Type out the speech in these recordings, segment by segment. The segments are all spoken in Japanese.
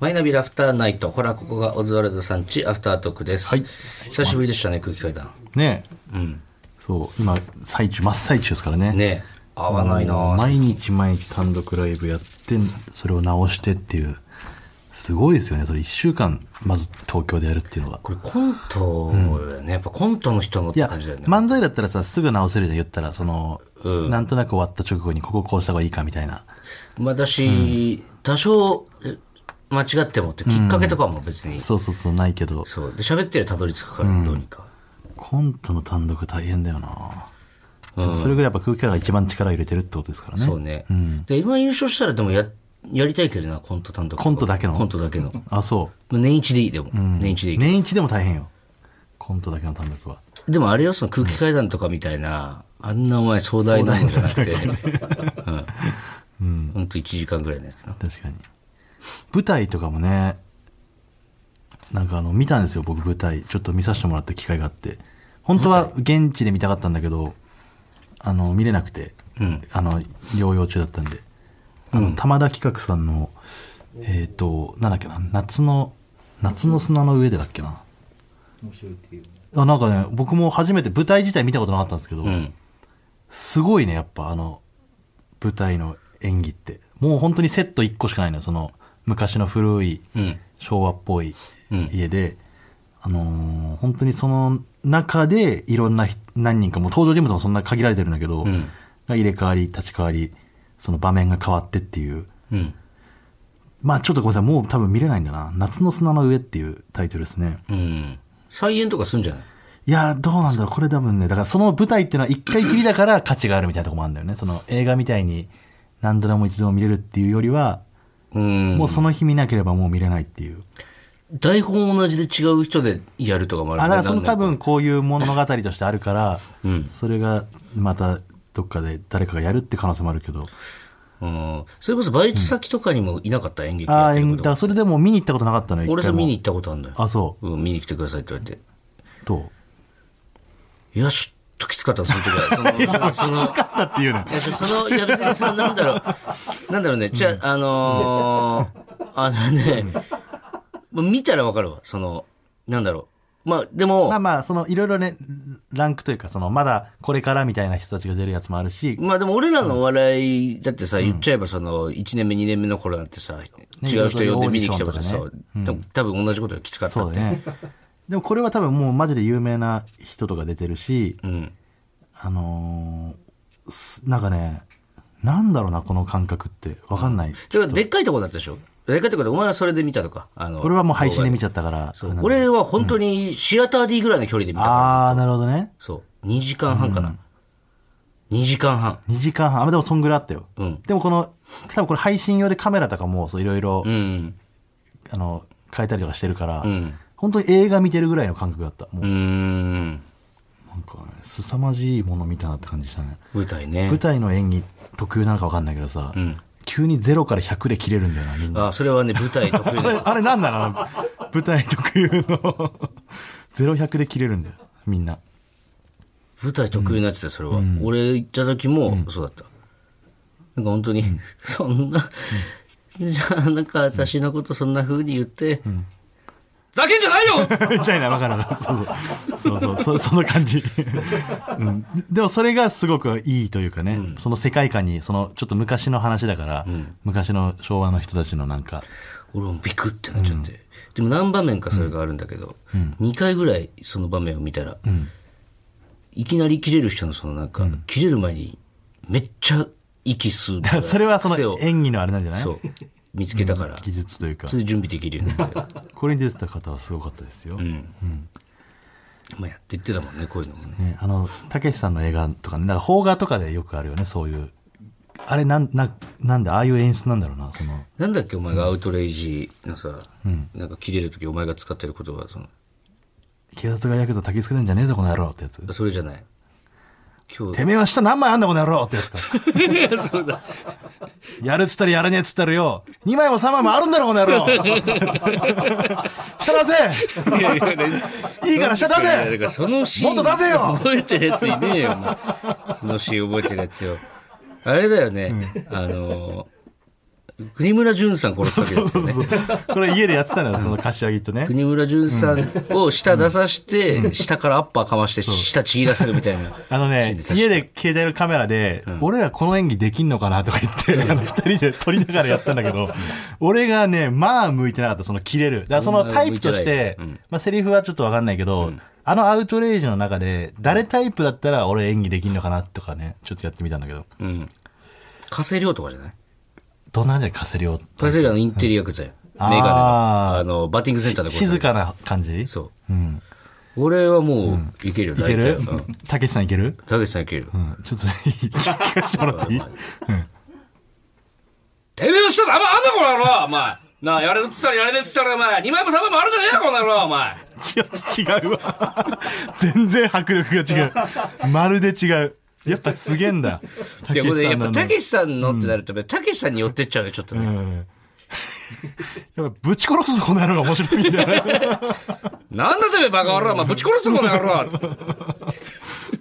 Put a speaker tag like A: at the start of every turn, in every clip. A: マイナビラフターナイト。ほら、ここがオズワルドさんちアフタートークです。
B: はい
A: 久しぶりでしたね、空気階段。
B: ね
A: う
B: え
A: ん。
B: そう今最中真っ最中ですからね
A: ねえ合わないな
B: もう
A: ぁ。
B: 毎日毎日単独ライブやってそれを直してっていうすごいですよねそれ1週間まず東京でやるっていうのが
A: これコントだよね。やっぱコントの人のっ
B: い
A: て
B: や、
A: 感じだよね。
B: 漫才だったらさ、すぐ直せるじゃん、言ったら、その、
A: うん
B: なんとなく終わった直後に、こここうした方がいいかみたいな。
A: まあ、だし、多少え間違ってもってきっかけとかも別に。
B: そうそうそう、ないけど、
A: そう。で、喋ってりゃたどり着くから、どうにか。
B: コントの単独大変だよな、でもそれぐらいやっぱ空気感が一番力入れてるってことですからね。
A: そうね。で、今優勝したらでもや、やりたいけどな、コント単独とか。
B: コントだけの
A: コントだけの。
B: あ、そ
A: 年一でいい、でも。
B: う。
A: 年一でいい。
B: 年一でも大変よ。コントだけの単独は。
A: でもあれよ、その空気階段とかみたいな、あんなお前壮大なもんじゃなくて、うん。ほんと1時間ぐらいのやつな。
B: 確かに。舞台とかもね、なんかあの、見たんですよ、僕舞台。ちょっと見させてもらった機会があって。本当は現地で見たかったんだけど、あの、見れなくて、あの、療養中だったんで。あの、玉田企画さんの、えっ、と、なんだっけな、夏の、夏の砂の上でだっけな。あなんかね、僕も初めて舞台自体見たことなかったんですけど、
A: うん。
B: すごいね、やっぱあの、舞台の演技って。もう本当にセット1個しかないのよ。その、昔の古い、
A: うん。
B: 昭和っぽい家で、あのー本当にその中でいろんな人何人か、もう登場人物もそんな限られてるんだけど、
A: ん
B: が入れ替わり、立ち替わり、その場面が変わってっていう。
A: うん。
B: まあちょっとごめんなさい、もう多分見れないんだな。夏の砂の上っていうタイトルですね。
A: うん。再演とかすんじゃない
B: いやー、どうなんだろう。これ多分ね、だからその舞台っていうのは一回きりだから価値があるみたいなとこもあるんだよね。その映画みたいに何度でも一度も見れるっていうよりは、
A: うん。
B: もうその日見なければもう見れないっていう。
A: 台本同じで違う人でやるとかもある
B: あ、だからその
A: なん
B: 多
A: か
B: 分こういう物語としてあるから、
A: うん
B: それがまたどっかで誰かがやるって可能性もあるけど、
A: うん。それこそバイト先とかにもいなかった、演劇
B: あ
A: やっ
B: あ、
A: て
B: え
A: る
B: ん
A: こ
B: だ
A: と
B: からそれでも見に行ったことなかったのよ、
A: 俺さ、
B: 一回も
A: 見に行ったことあるんだよ。
B: あ、そ
A: うん、見に来てくださいって言われて。
B: う。どう
A: いや、ちょっときつかった、その時 は。その、その、
B: 勝ったっていうね。
A: いやその、いや別にその、なんだろう、なんだろうね、じゃあ、あのー、あのね、もう見たらわかるわ、その、なんだろう。まあ、でも、
B: ま
A: ま
B: あ
A: あ、
B: まあ、そのいろいろね、ランクというか、そのまだこれからみたいな人たちが出るやつもあるし、
A: でも俺らのお笑い、だってさ、言っちゃえばその、1年目、2年目の頃なんてさ、違う人呼んで見に来てもさ、
B: いろいろオーディショ
A: そ
B: ンとか
A: うでも多分同じことがきつかった
B: そ
A: っ
B: う
A: て。
B: だね。 でもこれは多分もうマジで有名な人とか出てるし、
A: うん。
B: あのーすなんかね、なんだろうな、この感覚って。わかんない。
A: だからでっかいとこだったでしょでっかいとこで、お前はそれで見たとか。あの
B: これはもう配信で見ちゃったから、
A: そ
B: あ
A: う
B: れなんだけど
A: 俺は本当にシアター D ぐらいの距離で見たから、
B: あー、なるほどね。
A: そう。2時間半かな。2時間半。
B: 2時間半。あ、でもそんぐらいあったよ。
A: うん
B: でもこの、多分これ配信用でカメラとかも、そういろいろ、
A: うん。
B: あの、変えたりとかしてるから、
A: ん
B: 本当に映画見てるぐらいの感覚だった。
A: う
B: もう、
A: ーん。
B: なんかね、凄まじいもの見たなって感じしたね。
A: 舞台ね
B: 舞。台の演技特有なのかわかんないけどさ、
A: ん
B: 急に0から100で切れるんだよな、みんな。
A: あ、それはね、舞台得意
B: あれ
A: な、
B: あれなんなの舞台特有の。0100で切れるんだよ、みんな。
A: 舞台得意なやつだよ、それは。俺行った時もそうだった。なんか本当に、そんな、じゃあなんか私のことそんな風に言って、ざけんじゃない よ
B: みたいな、わからない。そうそう。そうそう、そその感じ、 うん。でもそれがすごくいいというかね、その世界観に、その、ちょっと昔の話だから、昔の昭和の人たちのなんか、
A: 俺もビクってなっちゃって。でも何場面かそれがあるんだけど、2回ぐらいその場面を見たら、いきなり切れる人のそのなんか、切れる前にめっちゃ息吸うみたいな。
B: それはそ
A: 癖を
B: の演技のあれなんじゃな い
A: そう。見つけたから。
B: 技術というか
A: そ、れで準備できるようになって。
B: これに出てた方はすごかったですよ。
A: まあやってってたもんね、こういうのもね。
B: ね、あの、たけしさんの映画とかね、なんか邦画とかでよくあるよね、そういう。あれ、なん、なん、なんで、ああいう演出なんだろうな、その、
A: なんだっけ、お前がアウトレイジのさ、なんか切れる時お前が使ってる言葉、その、
B: 警察がヤクザ焚きつけてんじゃねえぞ、この野郎ってやつ。
A: それじゃない。今日
B: て、めえは下何枚あんだ、この野郎ってやつか。
A: そうだ。
B: やるっつったらやらねえっつったらよ、2枚も3枚もあるんだろ、この野郎下出せ
A: いやいや
B: いいから下出
A: だ
B: せ
A: からそのシーン。
B: もっと出せよ
A: 覚えてるやついねえよ、お前そのシーン覚えてるやつよ。あれだよね。あの、国村淳さん殺すわけですよね。
B: そうそうこれ家でやってたのよ、その柏木とね。
A: 国村淳さんを下出さして、下からアッパーかまして、下ちぎらせるみたいな。
B: あのね、家で携帯のカメラで、俺らこの演技できんのかなとか言って、あの二人 で撮りながらやったんだけど、俺がね、まあ向いてなかった、その切れる。だからそのタイプとして、まあセリフはちょっとわかんないけど、あのアウトレイジの中で、誰タイプだったら俺演技できんのかなとかね、ちょっとやってみたんだけど、
A: うん。加瀬亮とかじゃない
B: どんなんじゃないカセリオ。
A: 加瀬亮のインテリ薬剤。メ
B: あー
A: ーカーでの。あの、バッティングセンターで殺す
B: 静かな感じ。
A: そう
B: ん。
A: う。俺はもう、いけるよ、
B: いけ
A: 大体。
B: る
A: うん
B: たけしさんいける
A: たけしさんいけるよ
B: う。ん。ち ょっと、聞かせてもらっていい
A: てめえの人だ、あんま、あんなこの野郎、お前。なあ、やれるっつったらやれねえっつったら、お前。2枚も3枚もあるんじゃねえよ、この野郎、お前。
B: 違う違うわ全然迫力が違うまるで違うやっぱすげえんだた
A: いや、これ、やっ
B: の
A: ぱ、たけしさんのってなると、たけしさんに寄ってっちゃうね、ちょっと
B: う
A: ね。
B: んやっぱぶち殺すぞこの野郎が面白すぎて
A: なんだてめえ、バカ野郎、お前、ぶち殺すぞ、この野郎。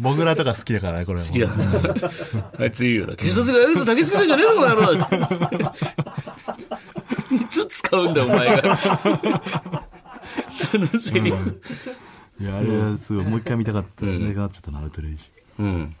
B: 僕らとか好きだからねこれ好
A: いや、あいついいよな。警察がやるぞ、焚きつけてんじゃねえぞ、この 野郎。いつ使うんだ、お前 が。そのセリフ。
B: いやあれはすごいもう一回見たかったなくなっちゃったなアウトレイジ、
A: うん。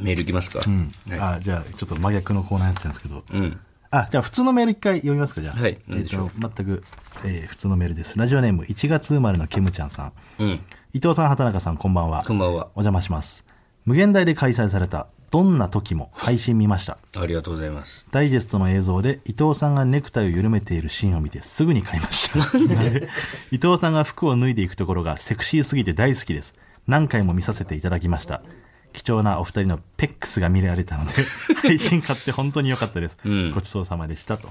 A: メールいきますか。
B: うんあじゃあちょっと真逆のコーナーになっちゃうんですけど
A: うん。
B: あ、じゃあ普通のメール一回読みますか、じゃあ。
A: はい
B: え
A: 何でし
B: ーと、全く、えー普通のメールです。ラジオネーム1月生まれのケムちゃんさん。
A: うん。
B: 伊藤さん、畑中さん、こんばんは。
A: こんばんは
B: お邪魔します。無限大で開催された、どんな時も配信見ました。
A: ありがとうございます。
B: ダイジェストの映像で伊藤さんがネクタイを緩めているシーンを見てすぐに買いました。なんで 伊藤さんが服を脱いでいくところがセクシーすぎて大好きです。何回も見させていただきました。貴重なお二人のペックスが見られたの で、配信買って本当に良かったです。
A: ん
B: ごちそうさまでしたと。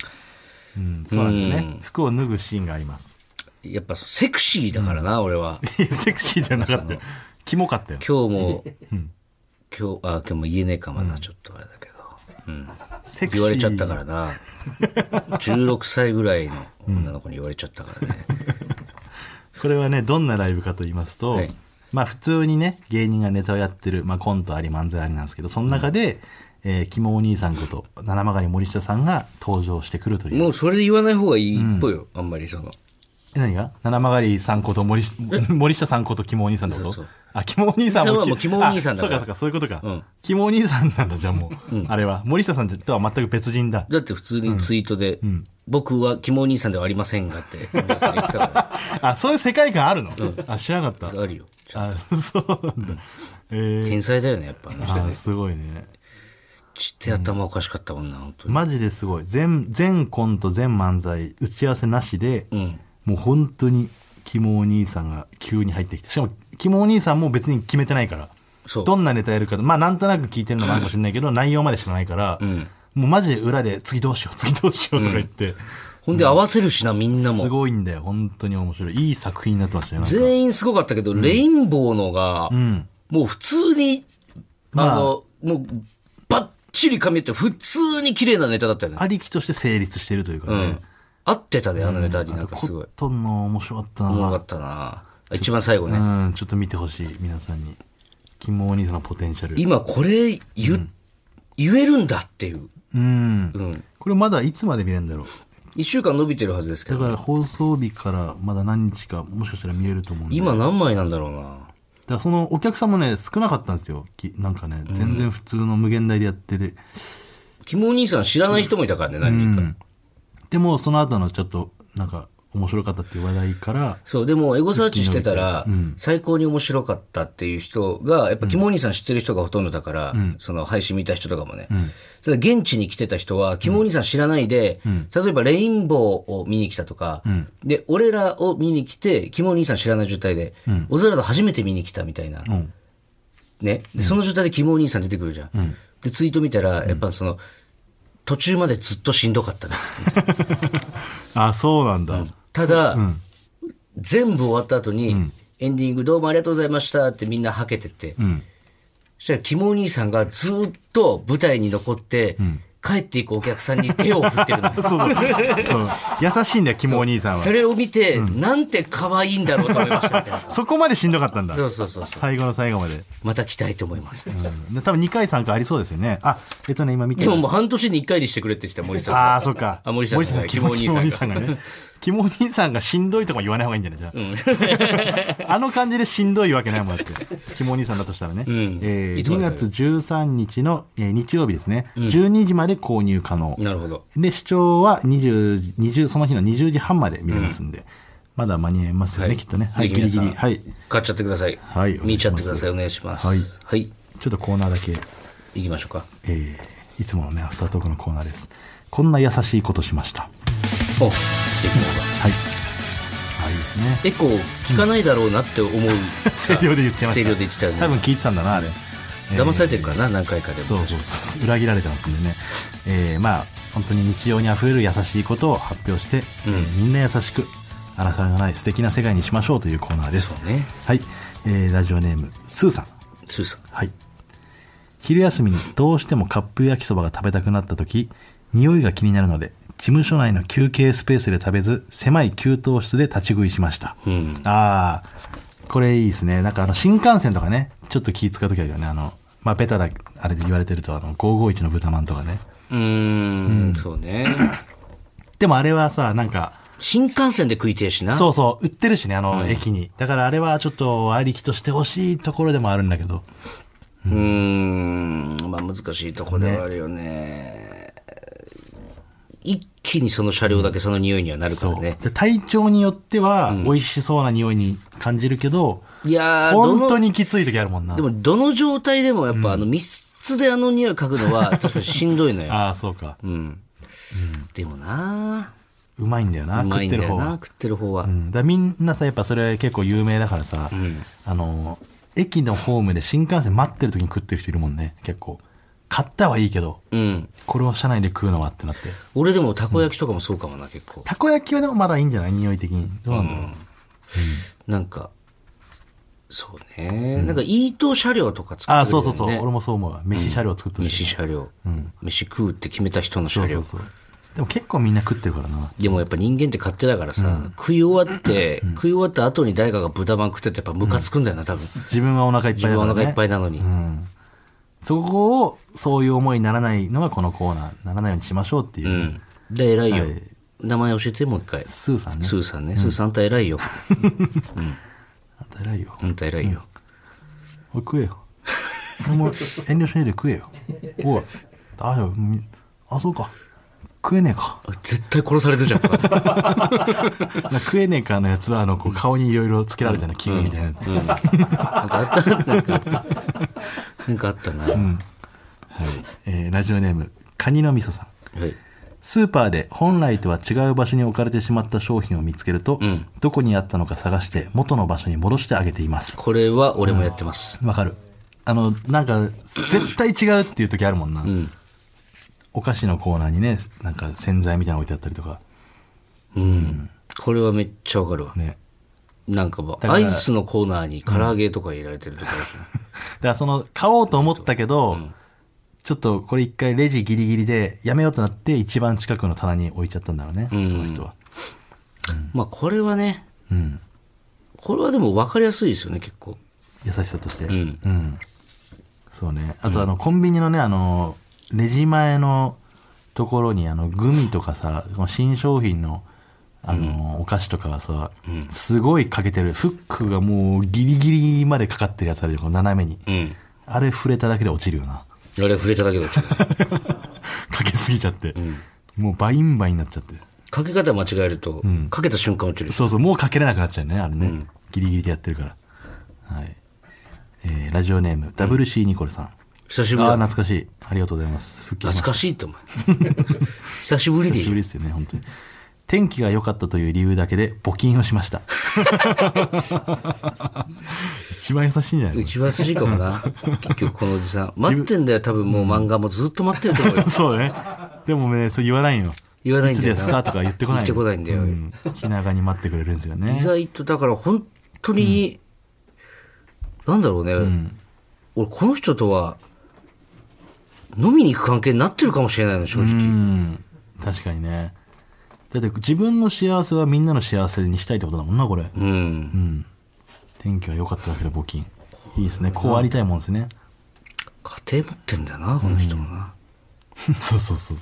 B: うん、そうなんだよね。服を脱ぐシーンがあります。
A: やっぱ、セクシーだからな、俺は。
B: いや、セクシーじゃなかったよ。キモかったよ。
A: 今日も、今日、あ、今日も言えねえか、まだちょっとあれだけど。
B: セクシー。
A: 言われちゃったからな。16歳ぐらいの女の子に言われちゃったからね。
B: これはねどんなライブかと言いますと、
A: はい
B: まあ普通にね芸人がネタをやってる、まあ、コントあり漫才ありなんですけどその中で、えーキモお兄さんこと七曲り森下さんが登場してくるという
A: もうそれで言わない方がいいっぽいよ、あんまりその。
B: え何が七曲りさんこと森 森下さんことキモお兄さんってこと
A: そうそう
B: あキモお兄さん
A: そうもうキモお兄さんだから
B: あそうかそうかそういうことか、
A: ん
B: キモお兄さんなんだじゃあもう、あれは森下さんとは全く別人だ
A: だって普通にツイートで、僕はキモお兄さんではありませんがって、皆さん言ってたか
B: あそういう世界観あるの、あ知らなかっ
A: ら、あるよ。
B: たあそうなんだ、えー
A: 天才だよね、やっぱあの人。
B: あすごいね
A: ちって頭おかしかったもんな、本当に。
B: マジですごい。全、全コント、全漫才、打ち合わせなしで、
A: ん
B: もう本当に、キモお兄さんが急に入ってきて。しかも、キモお兄さんも別に決めてないから。
A: そう
B: どんなネタやるか、まあなんとなく聞いてるのもあるかもしれないけ ど、内容まで知らないから、もうマジで裏で、次どうしよう、次どうしようとか言って、
A: ほんで合わせるしな、みんな
B: す
A: も。
B: ごいんだよ。本当に面白い。いい作品になってましたね。なんか
A: 全員すごかったけど、レインボーのが、もう普通に、あの、もう、ばっちり髪って普通に綺麗なネタだったよね。
B: ありきとして成立してるというかね。
A: 合ってたで、あのネタに
B: あ
A: なん
B: と
A: か
B: コ
A: すごい
B: ッ。トンの面白かったな。
A: おもろかったな。一番最後ね。
B: うん、ちょっと見てほしい、皆さんに。キモお兄さんのポテンシャル。
A: 今これ言,、言えるんだっていう。
B: うん。
A: うん。
B: これまだいつまで見れるんだろう。
A: 一週間伸びてるはずですけ
B: だ
A: ど、
B: から放送日からまだ何日かもしかしたら見れると思うんで。だか
A: 今何枚なんだろうな。
B: らそのお客さんもね、少なかったんですよ。きなんかね、全然普通の無限大でやってて。
A: キモお兄さん知らない人もいたからね、何人か。
B: でもその後のちょっと、なんか面白かったっていう話題から、
A: そう、でもエゴサーチしてたら、最高に面白かったっていう人が、やっぱキモお兄さん知ってる人がほとんどだから、その配信見た人とかもね。それで現地に来てた人は、キモお兄さん知らないで、例えばレインボーを見に来たとか、で、俺らを見に来て、キモお兄さん知らない状態で、オズワルド初めて見に来たみたいな。
B: うん。
A: ね、でその状態でキモお兄さん出てくるじゃん。で、ツイート見たら、やっぱその、途中までずっとしんどかったです。
B: あ、そうなんだ。
A: ただ、全部終わった後に、エンディングどうもありがとうございましたってみんなはけてって、そしたらキモお兄さんがずっと舞台に残って、帰っていくお客さんに手を振 ってるの
B: そうそう。そう優しいんだよ、キモお兄さんは。
A: それを見て、なんて可愛いんだろうと思いま したみたいな
B: そこまでしんどかったんだ。
A: そうそうそうそう
B: 最後の最後まで。
A: また来たいと思います、
B: うん多分2回3回ありそうですよね。あ、えっとね、今見て
A: でももう半年に1回にしてくれって言ってた森さんが
B: ああ、そっか。
A: あ森下さんが
B: キモお
A: キモお
B: 兄
A: 兄
B: さ
A: さ
B: ん
A: ん
B: が
A: が
B: ね。キモお兄さんがしんどいとか言わない方がいいんじゃないじゃあ。 あの感じでしんどいわけないもんだって。キモお兄さんだとしたらね。
A: ん
B: えー
A: いつま
B: 2
A: でだよ
B: 月13日の、えー日曜日ですね。12時まで購入可能。
A: なるほど
B: で、視聴は20、20、その日の20時半まで見れますんで、まだ間に合いますよね、きっとね。はい、
A: ぜ
B: ギ
A: ひ
B: リ
A: 皆
B: ギ
A: さん
B: リ。はい。
A: 買っちゃってください、
B: はいお願いします
A: 見ちゃってくださいお願いします
B: はい
A: はい、
B: ちょっとコーナーだけ、
A: 行きましょうか
B: えーいつものね、アフタートークのコーナーです。こんな優しいことしました。
A: おエコー
B: はい。あ、いいですね。
A: エコー聞かないだろうなって思う
B: 声量で言っちゃいました。
A: 声量で言っちゃうね
B: 多分聞いてたんだな、あれ。
A: 騙されてるからな何回かでも
B: そうそうそう。裏切られてますんでね。えー、まあ、本当に日常に溢れる優しいことを発表して、えーみんな優しく、荒さがない素敵な世界にしましょうというコーナーです。
A: ね
B: はい。えー、ラジオネーム、スーさん。
A: スーさん
B: はい。昼休みにどうしてもカップ焼きそばが食べたくなった時、匂いが気になるので、事務所内の休憩スペースで食べず、狭い給湯室で立ち食いしました。
A: うん
B: ああ、これいいですね。なんかあの、新幹線とかね、ちょっと気使う時あるよね。あの、まあ、ベタだ、あれで言われてると、あの、551の豚まんとかね。
A: うーんそうね
B: でもあれはさ、なんか、
A: 新幹線で食いてえしな
B: そうそう、売ってるしね、あの、駅に。だからあれはちょっと、ありきとしてほしいところでもあるんだけど。
A: うーん、まあ難しいとこではあるよね。一気にその車両だけその匂いにはなるからね。
B: で体調によっては、美味しそうな匂いに感じるけど、
A: いやー、
B: 本当
A: どの、
B: にきつい時あるもんな
A: で。もどの状態でもやっぱあの密室であの匂い嗅ぐの は確かにしんどいのよ。
B: ああ、そうか。
A: うん。でもな
B: うまいんだよな、
A: うま
B: 食
A: い
B: っ
A: ん
B: て
A: だ
B: る
A: よ
B: 方
A: な
B: は。
A: 食ってる方は。
B: うん、だからみんなさ、やっぱそれ結構有名だからさ、あの、駅のホームで新幹線待ってる時に食ってる人いるもんね、結構。買ったはいいけど、
A: うん。
B: これを車内で食うのはってなって。
A: 俺でもたこ焼きとかもそうかもな、結構。
B: たこ焼きはでもまだいいんじゃない匂い的に。どうなんだろう。
A: なんか、そうね。なんかイート車両とか作ってるよね。
B: ああ、そうそうそう。俺もそう思うわ。飯車両作ってる
A: 飯
B: し。
A: 車両。飯食うって決めた人の車
B: そう
A: 両。
B: そうそう。でも結構みんな食ってるからな。
A: でもやっぱ人間って勝手だからさ、食い終わって、食い終わった後に誰かが豚まん食ってってやっぱムカつくんだよな、多分。
B: 自分はお腹いっぱい
A: 自
B: だから、ね。
A: 分はお腹いっぱいなのに。
B: そこを、そういう思いにならないのがこのコーナー、ならないようにしましょうっていうう、
A: ん。で、偉いよ。名前教えて、もう一回。ス
B: スーさんね。
A: ーさんね。スーさんあんた偉いよ。
B: あんた偉いよ。
A: あんた偉いよ。
B: おい食えよ。お前、遠慮しないで食え よ。おい、大丈夫。みあ、そうか。食えねえか。
A: あ絶対殺される じゃん。
B: な食えねえかのやつは、あの、こう顔にいろいろつけられたような器具みたいなやつ。
A: なんかあったなんかなんかあったな。
B: えーラジオネーム、カニのみそさん。
A: はい。
B: スーパーで本来とは違う場所に置かれてしまった商品を見つけると、どこにあったのか探して元の場所に戻してあげています。
A: これは俺もやってます。
B: わかる。あの、なんか、絶対違うっていう時あるもんな。お菓子のコーナーにね、なんか洗剤みたいなの置いてあったりとか。
A: うん。これはめっちゃわかるわ。
B: ね。
A: なんかもう
B: から
A: アイスのコーナーに唐揚げとか入れられてるとか
B: だからその、買おうと思ったけど、ちょっとこれ一回レジギリギリでやめようとなって一番近くの棚に置いちゃったんだろうね、その人は。
A: まあこれはね、
B: うん。
A: これはでも分かりやすいですよね、結構。
B: 優しさとして。
A: ん
B: うんそうね。あとあの、コンビニのね、あの、レジ前のところに、あの、グミとかさ、この新商品の、あの、お菓子とかはさ、すごいかけてる。フックがもうギリギリまでかかってるやつあるよ、この斜めに。
A: うん。
B: あれ触れただけで落ちるよな。
A: あれ触れただけだけど。
B: かけすぎちゃって。もうバインバインになっちゃって。
A: かけ方間違えると、かけた瞬間落ちる。
B: そうそう、もうかけれなくなっちゃうね、あれね。ギリギリでやってるから。はい。えーラジオネーム、WC ニコルさん。
A: 久しぶり
B: ああ、
A: だ。
B: 懐かしい。ありがとうございます。復帰しました
A: 懐かしいってお前。 久しぶり
B: 久しぶ
A: に。
B: りですよね、本当に。天気が良かったという理由だけで募金をし ました。一番優しいんじゃないの。
A: 一番優しいかもな。結局このおじさん。待ってんだよ、多分もう漫画もずっと待ってると思うよ
B: そうだね。でもね、そう言わないよ。
A: 言わないんだよ
B: い
A: な。
B: つですかとか言ってこない
A: 言ってこないんだよ。
B: うん気長に待ってくれるんですよ
A: 意
B: ね。
A: 外と、だから本当に、なんだろうね。俺、この人とは、飲みに行く関係になってるかもしれないの、正直。
B: うん。確かにね。だって自分の幸せはみんなの幸せにしたいってことだもんな、これ。
A: うん
B: 天気が良かっただけで募金。いいですね。こうありたいもんですね。
A: 家庭持ってんだよな、この人もな。
B: そうそうそう。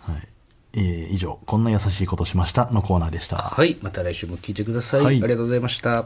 B: はい。えー以上、こんな優しいことしましたのコーナーでした。
A: はい、また来週も聞いてください。
B: はい
A: ありがとうございました。